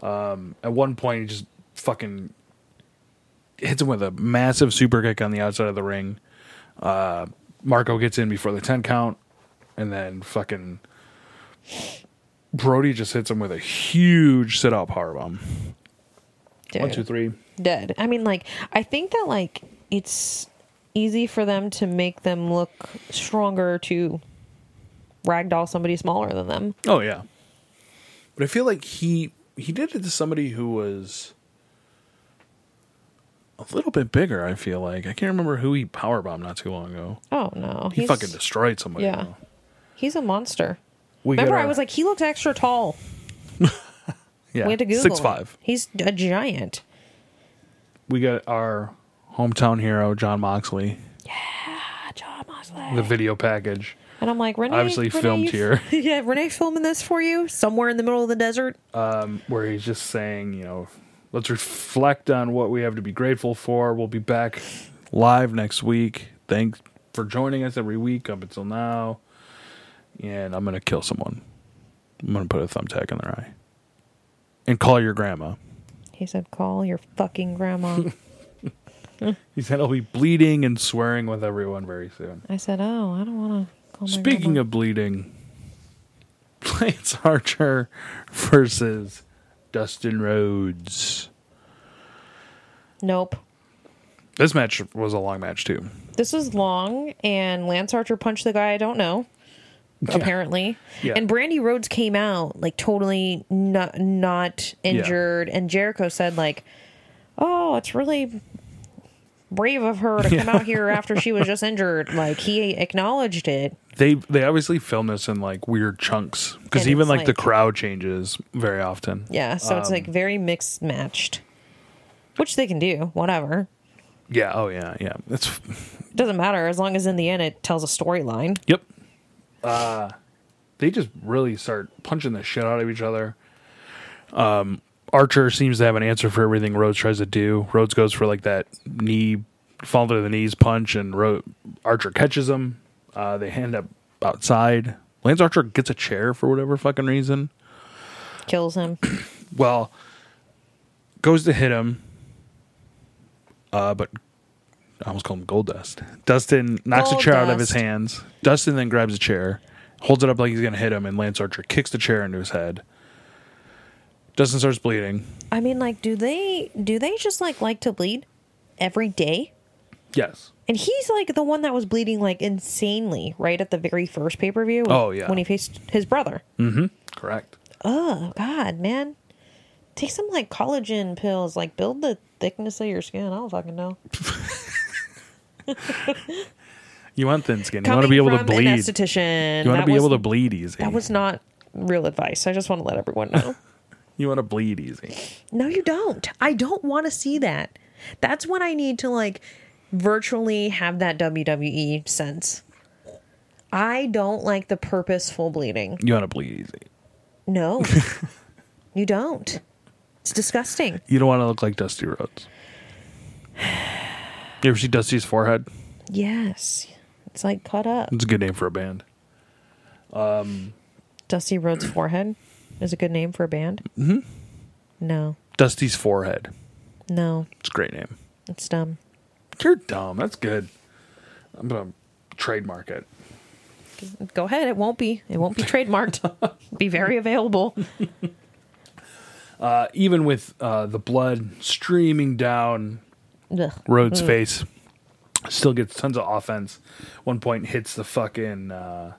Speaker 1: Um, at one point, he just fucking hits him with a massive super kick on the outside of the ring. Uh, Marco gets in before the 10 count, and then fucking Brody just hits him with a huge sit out powerbomb.
Speaker 2: Dude.
Speaker 1: One, two, three.
Speaker 2: dead. I mean, like, I think that like it's easy for them to make them look stronger to ragdoll somebody smaller than them.
Speaker 1: Oh yeah. But I feel like he he did it to somebody who was a little bit bigger, I feel like. I can't remember who he powerbombed not too long ago.
Speaker 2: Oh no,
Speaker 1: He fucking destroyed somebody.
Speaker 2: yeah.
Speaker 1: though.
Speaker 2: He's a monster.
Speaker 1: We
Speaker 2: Remember,
Speaker 1: gotta-
Speaker 2: I was like, he looks extra tall.
Speaker 1: yeah,
Speaker 2: We had to Google
Speaker 1: six
Speaker 2: him.
Speaker 1: five.
Speaker 2: He's a giant.
Speaker 1: We got our hometown hero, John Moxley,
Speaker 2: Ah, John Mosley. (laughs)
Speaker 1: the video package.
Speaker 2: And I'm like, Renee.
Speaker 1: Obviously
Speaker 2: Renee,
Speaker 1: filmed
Speaker 2: you-
Speaker 1: here.
Speaker 2: (laughs) yeah, Renee filming this for you somewhere in the middle of the desert.
Speaker 1: where he's just saying, you know, let's reflect on what we have to be grateful for. We'll be back live next week. Thanks for joining us every week up until now. And I'm going to kill someone. I'm going to put a thumbtack in their eye. And call your grandma.
Speaker 2: He said, "Call your fucking
Speaker 1: (laughs)
Speaker 2: grandma."
Speaker 1: He said he'll be bleeding and swearing with everyone very soon.
Speaker 2: I said, "Oh, I don't want to." call my
Speaker 1: Speaking
Speaker 2: grandma."
Speaker 1: of bleeding, (laughs) Lance Archer versus Dustin Rhodes.
Speaker 2: nope.
Speaker 1: This match was a long match, too.
Speaker 2: This was long, and Lance Archer punched the guy I
Speaker 1: (laughs)
Speaker 2: don't know, apparently.
Speaker 1: Yeah.
Speaker 2: And Brandy Rhodes came out like totally not not injured, and Jericho said like, "Oh, it's really brave of her to come out here after she was just injured." Like he acknowledged it.
Speaker 1: they they obviously film this in like weird chunks because
Speaker 2: And
Speaker 1: even
Speaker 2: it's
Speaker 1: like, the
Speaker 2: like-
Speaker 1: crowd changes very often.
Speaker 2: Yeah, so it's like
Speaker 1: Um,
Speaker 2: very mixed matched, which they can do. Whatever
Speaker 1: Yeah. Oh yeah. Yeah. That's
Speaker 2: doesn't matter as long as in the end it tells a storyline.
Speaker 1: yep. Uh, they just really start punching the shit out of each other. Um, Archer seems to have an answer for everything Rhodes tries to do. Rhodes goes for like that knee fall to the knees punch, and Ro- Archer catches him. Uh, they hand up outside. Lance Archer gets a chair for whatever fucking reason.
Speaker 2: Kills him.
Speaker 1: well goes to hit him uh but i almost call him gold dust dustin knocks a
Speaker 2: Gold
Speaker 1: chair out of his
Speaker 2: Dust.
Speaker 1: hands dustin then grabs a chair holds it up like he's gonna hit him and lance archer kicks the chair into his head dustin starts bleeding
Speaker 2: I mean, like, do they do they just like like to bleed every day?
Speaker 1: yes
Speaker 2: And he's like the one that was bleeding like insanely right at the very first pay per view.
Speaker 1: Oh, yeah.
Speaker 2: when he faced his brother.
Speaker 1: correct
Speaker 2: Oh God, man, take some like collagen pills. Like, build the thickness of your skin. I don't fucking know.
Speaker 1: you want thin skin you want to be able to
Speaker 2: from An
Speaker 1: bleed
Speaker 2: esthetician.
Speaker 1: you want to
Speaker 2: that
Speaker 1: be
Speaker 2: was-
Speaker 1: able to bleed easy
Speaker 2: That was not real advice. I just want to let everyone know.
Speaker 1: you want to bleed easy
Speaker 2: No, you don't. I don't want to see that. That's when I need to like virtually have that WWE sense. I don't like the purposeful bleeding.
Speaker 1: you want to bleed easy
Speaker 2: No, you don't. It's disgusting.
Speaker 1: you don't want to look like dusty rhodes (sighs) you ever see dusty's forehead
Speaker 2: Yes. It's like cut up.
Speaker 1: it's a good name for a band
Speaker 2: Dusty Rhodes' forehead is a good name for a band. Mm-hmm. No,
Speaker 1: Dusty's forehead.
Speaker 2: no,
Speaker 1: It's a great name.
Speaker 2: it's dumb.
Speaker 1: You're dumb. That's good. I'm gonna trademark it.
Speaker 2: Go ahead. It won't be. It won't be trademarked. be very available.
Speaker 1: Uh, even with uh, the blood streaming down
Speaker 2: Ugh.
Speaker 1: Rhodes' face, still gets tons of offense. One point hits the fucking uh,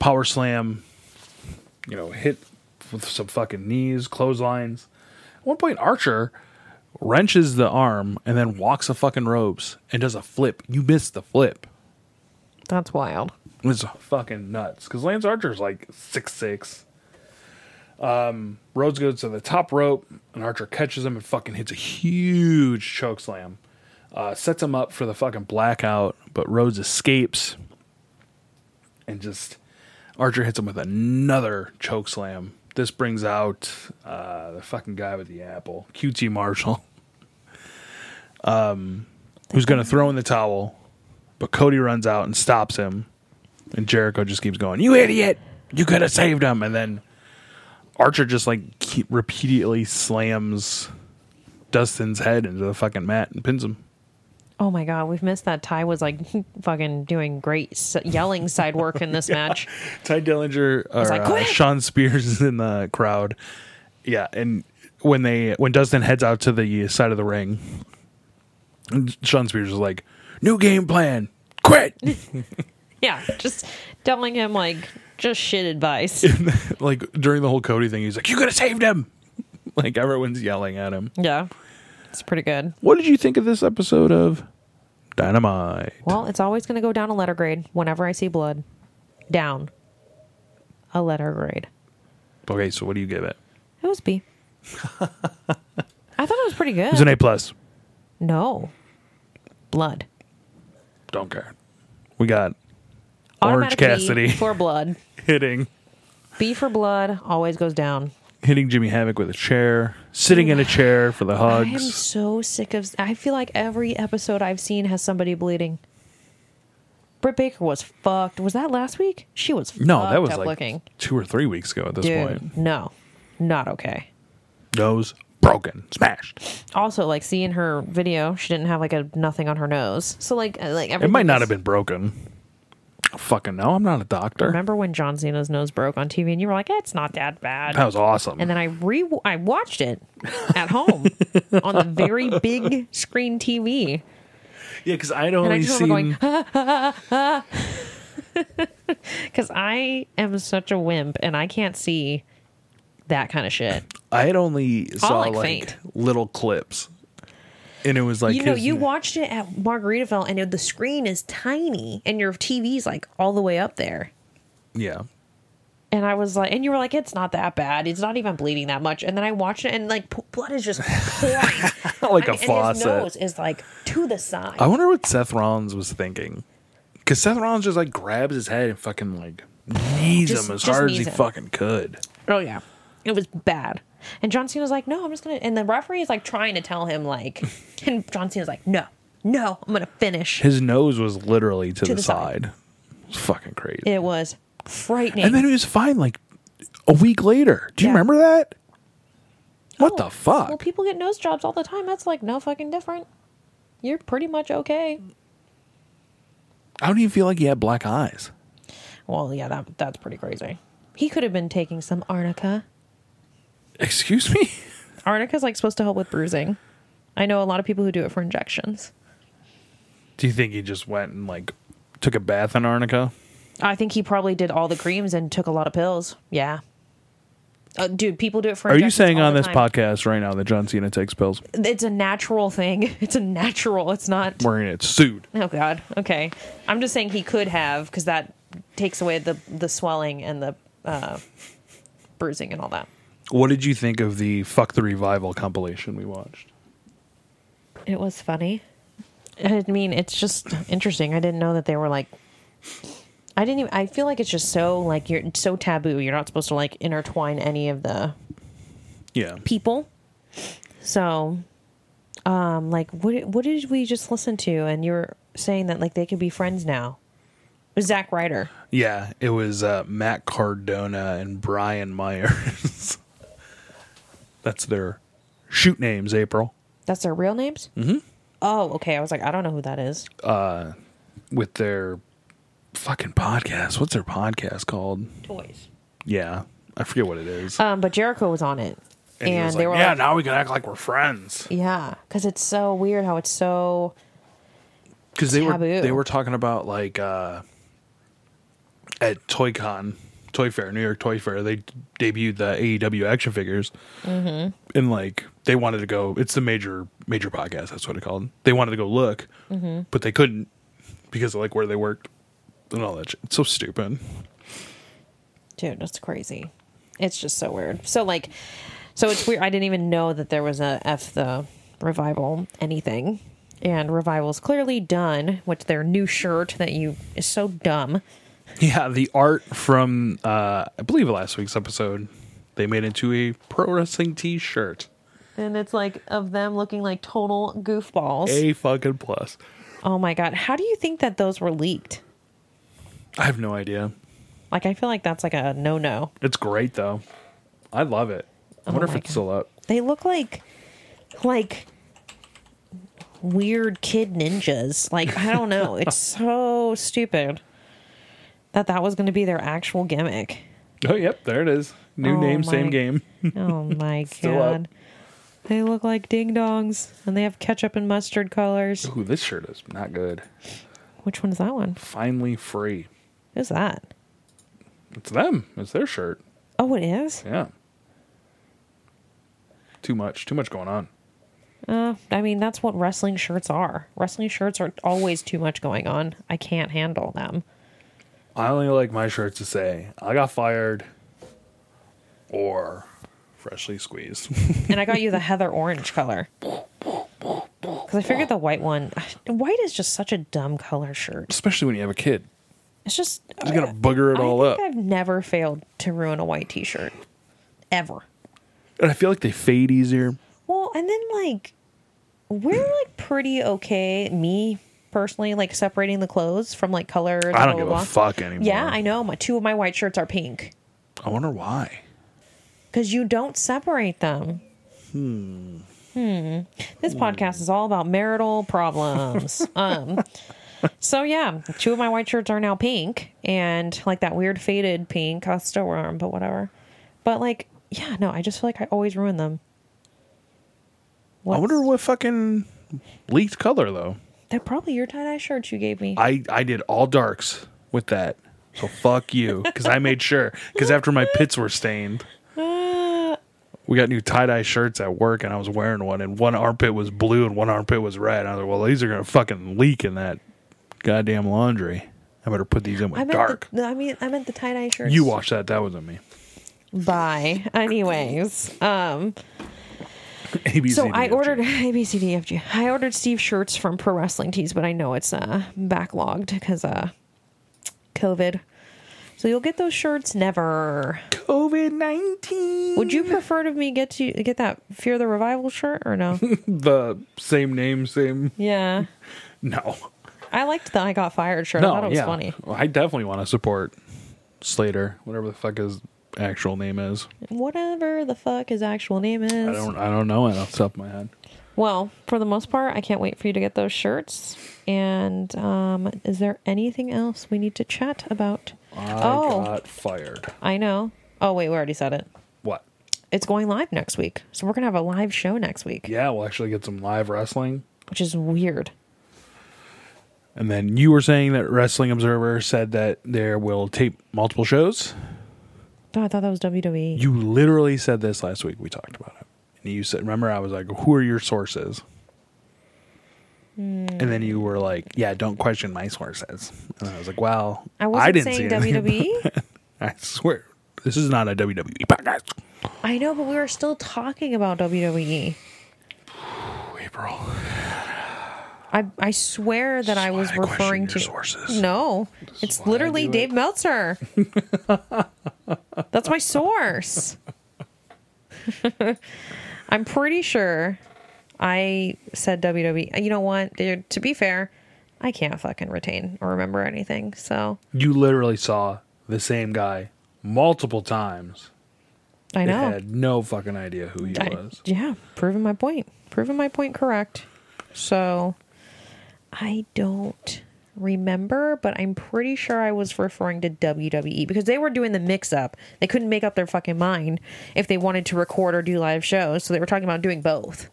Speaker 1: power slam. You know, hit with some fucking knees, clotheslines. At one point, Archer wrenches the arm and then walks the fucking ropes and does a flip. You missed the flip.
Speaker 2: That's wild.
Speaker 1: It was fucking nuts because Lance Archer's like six six. Um, Rhodes goes to the top rope and Archer catches him and fucking hits a huge choke slam, uh, sets him up for the fucking blackout. But Rhodes escapes and just Archer hits him with another choke slam. This brings out uh, the fucking guy with the apple, QT Marshall, (laughs) um, who's going to throw in the towel. But Cody runs out and stops him. And Jericho just keeps going, "You idiot! You could have saved him." And then Archer just like keep repeatedly slams Dustin's head into the fucking mat and pins him.
Speaker 2: Oh my god, we've missed that. Ty was like (laughs) fucking doing great s- yelling side work in
Speaker 1: (laughs)
Speaker 2: this match.
Speaker 1: Ty Dillinger or
Speaker 2: like,
Speaker 1: uh,
Speaker 2: "Quick!"
Speaker 1: Sean Spears is in the crowd. Yeah, and when they when Dustin heads out to the side of the ring, and Sean Spears is like, "New game plan,
Speaker 2: (laughs)
Speaker 1: quit." (laughs)
Speaker 2: Yeah, just telling him like just shit advice.
Speaker 1: like during the whole Cody thing, he's like, "You could have saved him." (laughs) Like everyone's yelling at him.
Speaker 2: yeah, it's pretty good.
Speaker 1: What did you think of this episode of Dynamite?
Speaker 2: Well, it's always going to go down a letter grade whenever I see blood. Down a letter grade.
Speaker 1: Okay, so what do you give it?
Speaker 2: It
Speaker 1: (laughs)
Speaker 2: was B. I thought it was pretty good.
Speaker 1: It's an A plus.
Speaker 2: no. Blood.
Speaker 1: Don't care. We got Orange
Speaker 2: Automatic B
Speaker 1: Cassidy
Speaker 2: for blood.
Speaker 1: (laughs) hitting
Speaker 2: B for blood always goes down.
Speaker 1: hitting Jimmy Havoc with a chair, sitting in a chair for the
Speaker 2: I am
Speaker 1: hugs.
Speaker 2: so sick of. I feel like every episode I've seen has somebody bleeding. Britt Baker was fucked. Was that last week? She was
Speaker 1: No,
Speaker 2: fucked
Speaker 1: that was
Speaker 2: up
Speaker 1: like
Speaker 2: looking.
Speaker 1: two or three weeks ago at this
Speaker 2: Dude,
Speaker 1: point.
Speaker 2: no, not okay.
Speaker 1: Nose broken, smashed.
Speaker 2: Also, like seeing her video, she didn't have like a nothing on her nose. So like, uh, like
Speaker 1: It
Speaker 2: everything
Speaker 1: might not
Speaker 2: was-
Speaker 1: have been broken. I fucking no, I'm not a doctor.
Speaker 2: Remember when John Cena's nose broke on TV, and you were like, eh, "It's not that bad."
Speaker 1: That was awesome.
Speaker 2: and then I re I watched it at
Speaker 1: (laughs)
Speaker 2: home on the very big screen TV.
Speaker 1: yeah, because I'd
Speaker 2: And I
Speaker 1: only
Speaker 2: just
Speaker 1: seen.
Speaker 2: remember going, (gasps) because I am such a wimp and I can't see that kind of shit.
Speaker 1: I had only saw
Speaker 2: like,
Speaker 1: like,
Speaker 2: faint.
Speaker 1: little clips, and it was like
Speaker 2: You know,
Speaker 1: his-
Speaker 2: you watched it at Margaritaville and the screen is tiny and your TV's like all the way up there.
Speaker 1: yeah.
Speaker 2: And I was like, and you were like, it's not that bad. It's not even bleeding that much. And then I watched it and like p- blood is just pouring.
Speaker 1: (laughs) Like a
Speaker 2: a And his
Speaker 1: faucet. Oh.
Speaker 2: nose is like to the side.
Speaker 1: I wonder what Seth Rollins was thinking, because Seth Rollins just like grabs his head and fucking like knees
Speaker 2: Just-
Speaker 1: him as
Speaker 2: just
Speaker 1: hard as he
Speaker 2: knees him.
Speaker 1: fucking could.
Speaker 2: Oh yeah, it was bad. And John Cena's like, no, I'm just gonna. And the referee is like trying to tell him like, (laughs) and John Cena's like, no, no, I'm gonna finish.
Speaker 1: His nose was literally to, the,
Speaker 2: the side.
Speaker 1: side. It was fucking crazy.
Speaker 2: It was frightening.
Speaker 1: and then he was fine like a week later. Do you
Speaker 2: Yeah.
Speaker 1: remember that? What
Speaker 2: Oh,
Speaker 1: the fuck?
Speaker 2: Well, people get nose jobs all the time. That's like no fucking different. You're pretty much okay.
Speaker 1: I don't even feel like he had black eyes. (laughs)
Speaker 2: Well, yeah, that that's pretty crazy. He could have been taking some arnica.
Speaker 1: Excuse me.
Speaker 2: Arnica's like supposed to help with bruising. I know a lot of people who do it for injections.
Speaker 1: Do you think he just went and like took a bath in arnica?
Speaker 2: I think he probably did all the creams and took a lot of pills. Yeah. Uh, dude, people do it for
Speaker 1: Are you
Speaker 2: injections
Speaker 1: saying
Speaker 2: all
Speaker 1: on
Speaker 2: the
Speaker 1: this
Speaker 2: time.
Speaker 1: podcast right now that John Cena takes pills?
Speaker 2: it's a natural thing. (laughs) It's a natural. It's not.
Speaker 1: Wearing it sued.
Speaker 2: Oh God. Okay. I'm just saying he could have because that takes away the the swelling and the uh, bruising and all that.
Speaker 1: What did you think of the "Fuck the Revival" compilation we watched?
Speaker 2: It was funny. I mean, it's just interesting. I didn't know that they were like. I didn't even. I feel like it's just so like you're it's so taboo. You're not supposed to like intertwine any of the
Speaker 1: Yeah,
Speaker 2: people. So, um, like, what what did we just listen to? And you were saying that like they could be friends now. It was Zach Ryder.
Speaker 1: yeah. It was uh, Matt Cardona and Brian Myers. (laughs) That's their shoot names. April
Speaker 2: That's their real names. Mm-hmm. Oh, okay. I was like, I don't know who that is.
Speaker 1: with their fucking podcast. What's their podcast called?
Speaker 2: Toys.
Speaker 1: Yeah, I forget what it is.
Speaker 2: Um, but Jericho was on it, and,
Speaker 1: he was
Speaker 2: they
Speaker 1: like,
Speaker 2: were
Speaker 1: yeah.
Speaker 2: like,
Speaker 1: now we can act like we're friends
Speaker 2: yeah, because it's so weird how it's so
Speaker 1: because they
Speaker 2: Taboo.
Speaker 1: were they were talking about like uh, at ToyCon, Toy Fair, New York Toy Fair. They debuted the AEW action figures, and like they wanted to go. It's the major major podcast. That's what it called. They wanted to go look, but they couldn't because of like where they worked and all that. Shit. It's so stupid.
Speaker 2: dude that's crazy it's just so weird so like so it's weird i didn't even know that there was a f the revival anything and revival's clearly done with their new shirt that you is so dumb
Speaker 1: Yeah, the art from uh, I believe last week's episode, they made into a pro wrestling T-shirt.
Speaker 2: and it's like of them looking like total goofballs
Speaker 1: A fucking plus.
Speaker 2: oh my god how do you think that those were leaked
Speaker 1: I have no idea.
Speaker 2: like i feel like that's like a no-no
Speaker 1: It's great though. I love it. I
Speaker 2: Oh
Speaker 1: wonder
Speaker 2: my
Speaker 1: if it's
Speaker 2: God.
Speaker 1: still up.
Speaker 2: they look like like weird kid ninjas. Like I don't
Speaker 1: (laughs)
Speaker 2: know, it's so stupid that that was going to be their actual gimmick.
Speaker 1: Oh, yep, there it is. New
Speaker 2: Oh,
Speaker 1: name,
Speaker 2: my-
Speaker 1: same game. (laughs)
Speaker 2: Oh my
Speaker 1: Still up.
Speaker 2: god. They look like ding dongs and they have ketchup and mustard colors.
Speaker 1: Ooh, this shirt is not good.
Speaker 2: Which one's that one?
Speaker 1: Finally free.
Speaker 2: Who's that?
Speaker 1: It's them. It's their shirt.
Speaker 2: Oh, it is?
Speaker 1: Yeah. Too much. Too much going on.
Speaker 2: Uh, I mean, that's what wrestling shirts are. Wrestling shirts are always too much going on. I can't handle them.
Speaker 1: I only like my shirts to say I got fired or freshly squeezed. (laughs)
Speaker 2: And I got you the heather orange color. Because I figured the white one, white is just such a dumb color shirt.
Speaker 1: Especially when you have a kid.
Speaker 2: It's just,
Speaker 1: Just gonna booger it all
Speaker 2: I
Speaker 1: up.
Speaker 2: think I've never failed to ruin a white t shirt. Ever.
Speaker 1: And I feel like they fade easier.
Speaker 2: Well, and then like we're like pretty okay. Me personally, like separating the clothes from like color.
Speaker 1: I don't
Speaker 2: blah,
Speaker 1: give
Speaker 2: blah,
Speaker 1: a
Speaker 2: blah.
Speaker 1: fuck anymore.
Speaker 2: Yeah, I know. My two of my white shirts are pink
Speaker 1: I wonder why.
Speaker 2: because you don't separate them. Hmm. Hmm. This podcast is all about marital
Speaker 1: (laughs)
Speaker 2: problems. um. So yeah, two of my white shirts are now pink, and like that weird faded pink. I still wear them, but whatever. But like, yeah, no, I just feel like I always ruin them.
Speaker 1: I
Speaker 2: What's-
Speaker 1: wonder what fucking leaked color though.
Speaker 2: They're probably your tie dye shirts you gave me.
Speaker 1: I I did all darks with that. So fuck you, because I made sure. Because after my pits were stained, we got new tie dye shirts at work, and I was wearing one, and one armpit was blue and one armpit was red. And I was like, well, these are gonna fucking leak in that goddamn laundry. I better put these in
Speaker 2: I
Speaker 1: with
Speaker 2: meant
Speaker 1: dark.
Speaker 2: The, no, I mean, I meant the tie dye shirts.
Speaker 1: you watch that. That wasn't me. (laughs)
Speaker 2: Bye. (laughs) Anyways, um,
Speaker 1: ABC.
Speaker 2: so I
Speaker 1: (laughs)
Speaker 2: ordered (laughs) A B C D F G. I ordered Steve shirts from Pro Wrestling Tees, but I know it's uh backlogged because uh COVID. So you'll get those shirts never.
Speaker 1: COVID nineteen.
Speaker 2: Would you prefer to me get to get that Fear the Revival shirt
Speaker 1: (laughs)
Speaker 2: or no?
Speaker 1: the same name, same?
Speaker 2: yeah,
Speaker 1: No.
Speaker 2: I liked the I got fired shirt. I thought it was funny.
Speaker 1: I definitely want to support Slater, whatever the fuck his actual name is.
Speaker 2: Whatever the fuck his actual name is.
Speaker 1: I don't I don't know it off the top of my head.
Speaker 2: Well, for the most part, I can't wait for you to get those shirts. And um, is there anything else we need to chat about?
Speaker 1: I
Speaker 2: oh,
Speaker 1: got fired.
Speaker 2: I know. Oh, wait, we already said it.
Speaker 1: What?
Speaker 2: It's going live next week. So we're going to have a live show next week,
Speaker 1: Yeah, we'll actually get some live wrestling.
Speaker 2: which is weird.
Speaker 1: And then you were saying that Wrestling Observer said that there will tape multiple shows.
Speaker 2: No, I thought that was E. WWE.
Speaker 1: You literally said this last week. We talked about it. And you said, remember, I was like, who are your sources? And then you were like, yeah, don't question my sources. And I was like, well,
Speaker 2: I wasn't
Speaker 1: didn't (laughs)
Speaker 2: saying E
Speaker 1: see anything about
Speaker 2: WWE.
Speaker 1: I swear, this is not a WWE podcast.
Speaker 2: I know, but we were still talking about E. WWE.
Speaker 1: April,
Speaker 2: I, I swear that I
Speaker 1: why
Speaker 2: was
Speaker 1: I question
Speaker 2: referring
Speaker 1: your
Speaker 2: to.
Speaker 1: sources.
Speaker 2: No, it's
Speaker 1: why I
Speaker 2: literally
Speaker 1: do it.
Speaker 2: Dave Meltzer. That's my source. (laughs) I'm pretty sure I said WWE. Uh, You know what, dude? To be fair, I can't fucking retain or remember anything. So
Speaker 1: you literally saw the same guy multiple times.
Speaker 2: I
Speaker 1: They
Speaker 2: know.
Speaker 1: had no fucking idea who he
Speaker 2: I-
Speaker 1: was.
Speaker 2: yeah, proving my point. Proving my point correct. So I don't remember, but I'm pretty sure I was referring to WWE because they were doing the mix up. They couldn't make up their fucking mind if they wanted to record or do live shows. So they were talking about doing both.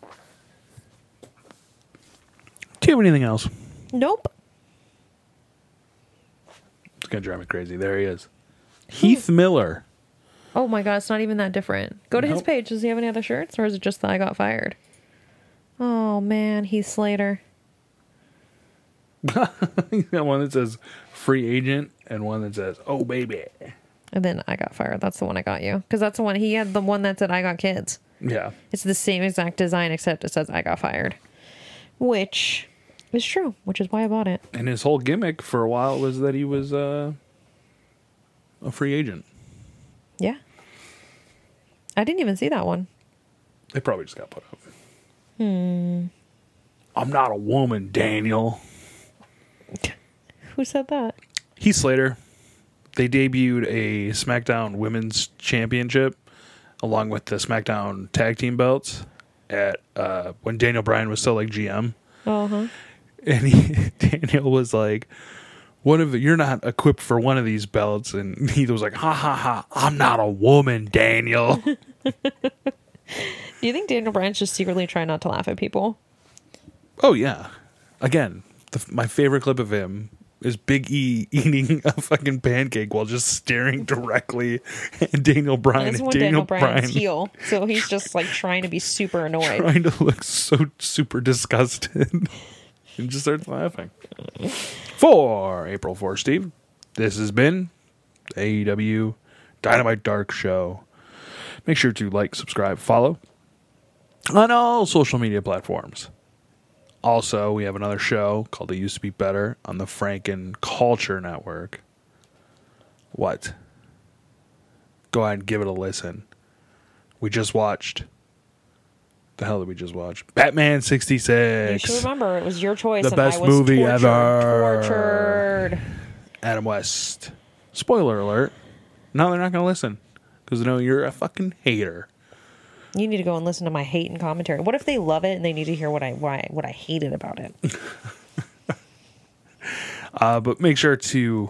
Speaker 1: Do you have anything else?
Speaker 2: Nope.
Speaker 1: It's gonna drive me crazy. There he is,
Speaker 2: Hmm.
Speaker 1: Heath Miller. (laughs)
Speaker 2: Oh my God, it's not even that different. Go to his
Speaker 1: Nope.
Speaker 2: page. Does he have any other shirts or is it just that I got fired? Oh man, he's Slater.
Speaker 1: He's got one that says "free agent" and one that says "oh baby."
Speaker 2: And then I got fired. That's the one I got you. Because that's the one he had the one that said I got kids.
Speaker 1: Yeah,
Speaker 2: It's the same exact design, except it says I got fired, which is true, which is why I bought it.
Speaker 1: and his whole gimmick for a while was that he was uh, a free agent.
Speaker 2: Yeah. I didn't even see that one.
Speaker 1: They probably just got put up. Hmm.
Speaker 2: Hmm.
Speaker 1: I'm not a woman, Daniel.
Speaker 2: Who said that?
Speaker 1: Heath Slater. They debuted a SmackDown Women's Championship along with the SmackDown Tag Team belts. at uh, when Daniel Bryan was still like GM,
Speaker 2: Uh huh.
Speaker 1: (laughs) and he, Daniel was like, "One of the you're not equipped for one of these belts," and (laughs) he was like, "Ha ha ha! I'm not a woman, Daniel."
Speaker 2: (laughs) Do you think Daniel Bryan's just secretly trying not to laugh at people?
Speaker 1: oh yeah, again, the, my favorite clip of him is Big E (laughs) eating a fucking pancake while just staring directly at Daniel Bryan. (laughs)
Speaker 2: And this is
Speaker 1: and
Speaker 2: when Daniel, Bryan's heel, so he's just like trying to be super annoyed.
Speaker 1: trying to look so super disgusted (laughs) and just starts laughing. For April 4, Steve, this has been the AEW Dynamite Dark Show. Make sure to like, subscribe, follow on all social media platforms. Also, we have another show called It Used to Be Better on the Franken Culture Network. What? Go ahead and give it a listen. We just watched. The hell did we just watch? Batman
Speaker 2: You should
Speaker 1: 66.
Speaker 2: remember it was your choice.
Speaker 1: The
Speaker 2: and
Speaker 1: best
Speaker 2: I was
Speaker 1: movie
Speaker 2: tortured,
Speaker 1: ever.
Speaker 2: Tortured.
Speaker 1: Adam West. Spoiler alert. No, they're not going to listen because they know you're a fucking hater.
Speaker 2: You need to go and listen to my hate and commentary. What if they love it and they need to hear what I why what I hated about it?
Speaker 1: (laughs) Uh, but make sure to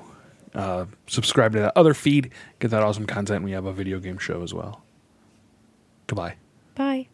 Speaker 1: uh, subscribe to that other feed. Get that awesome content. We have a video game show as well. Goodbye.
Speaker 2: Bye.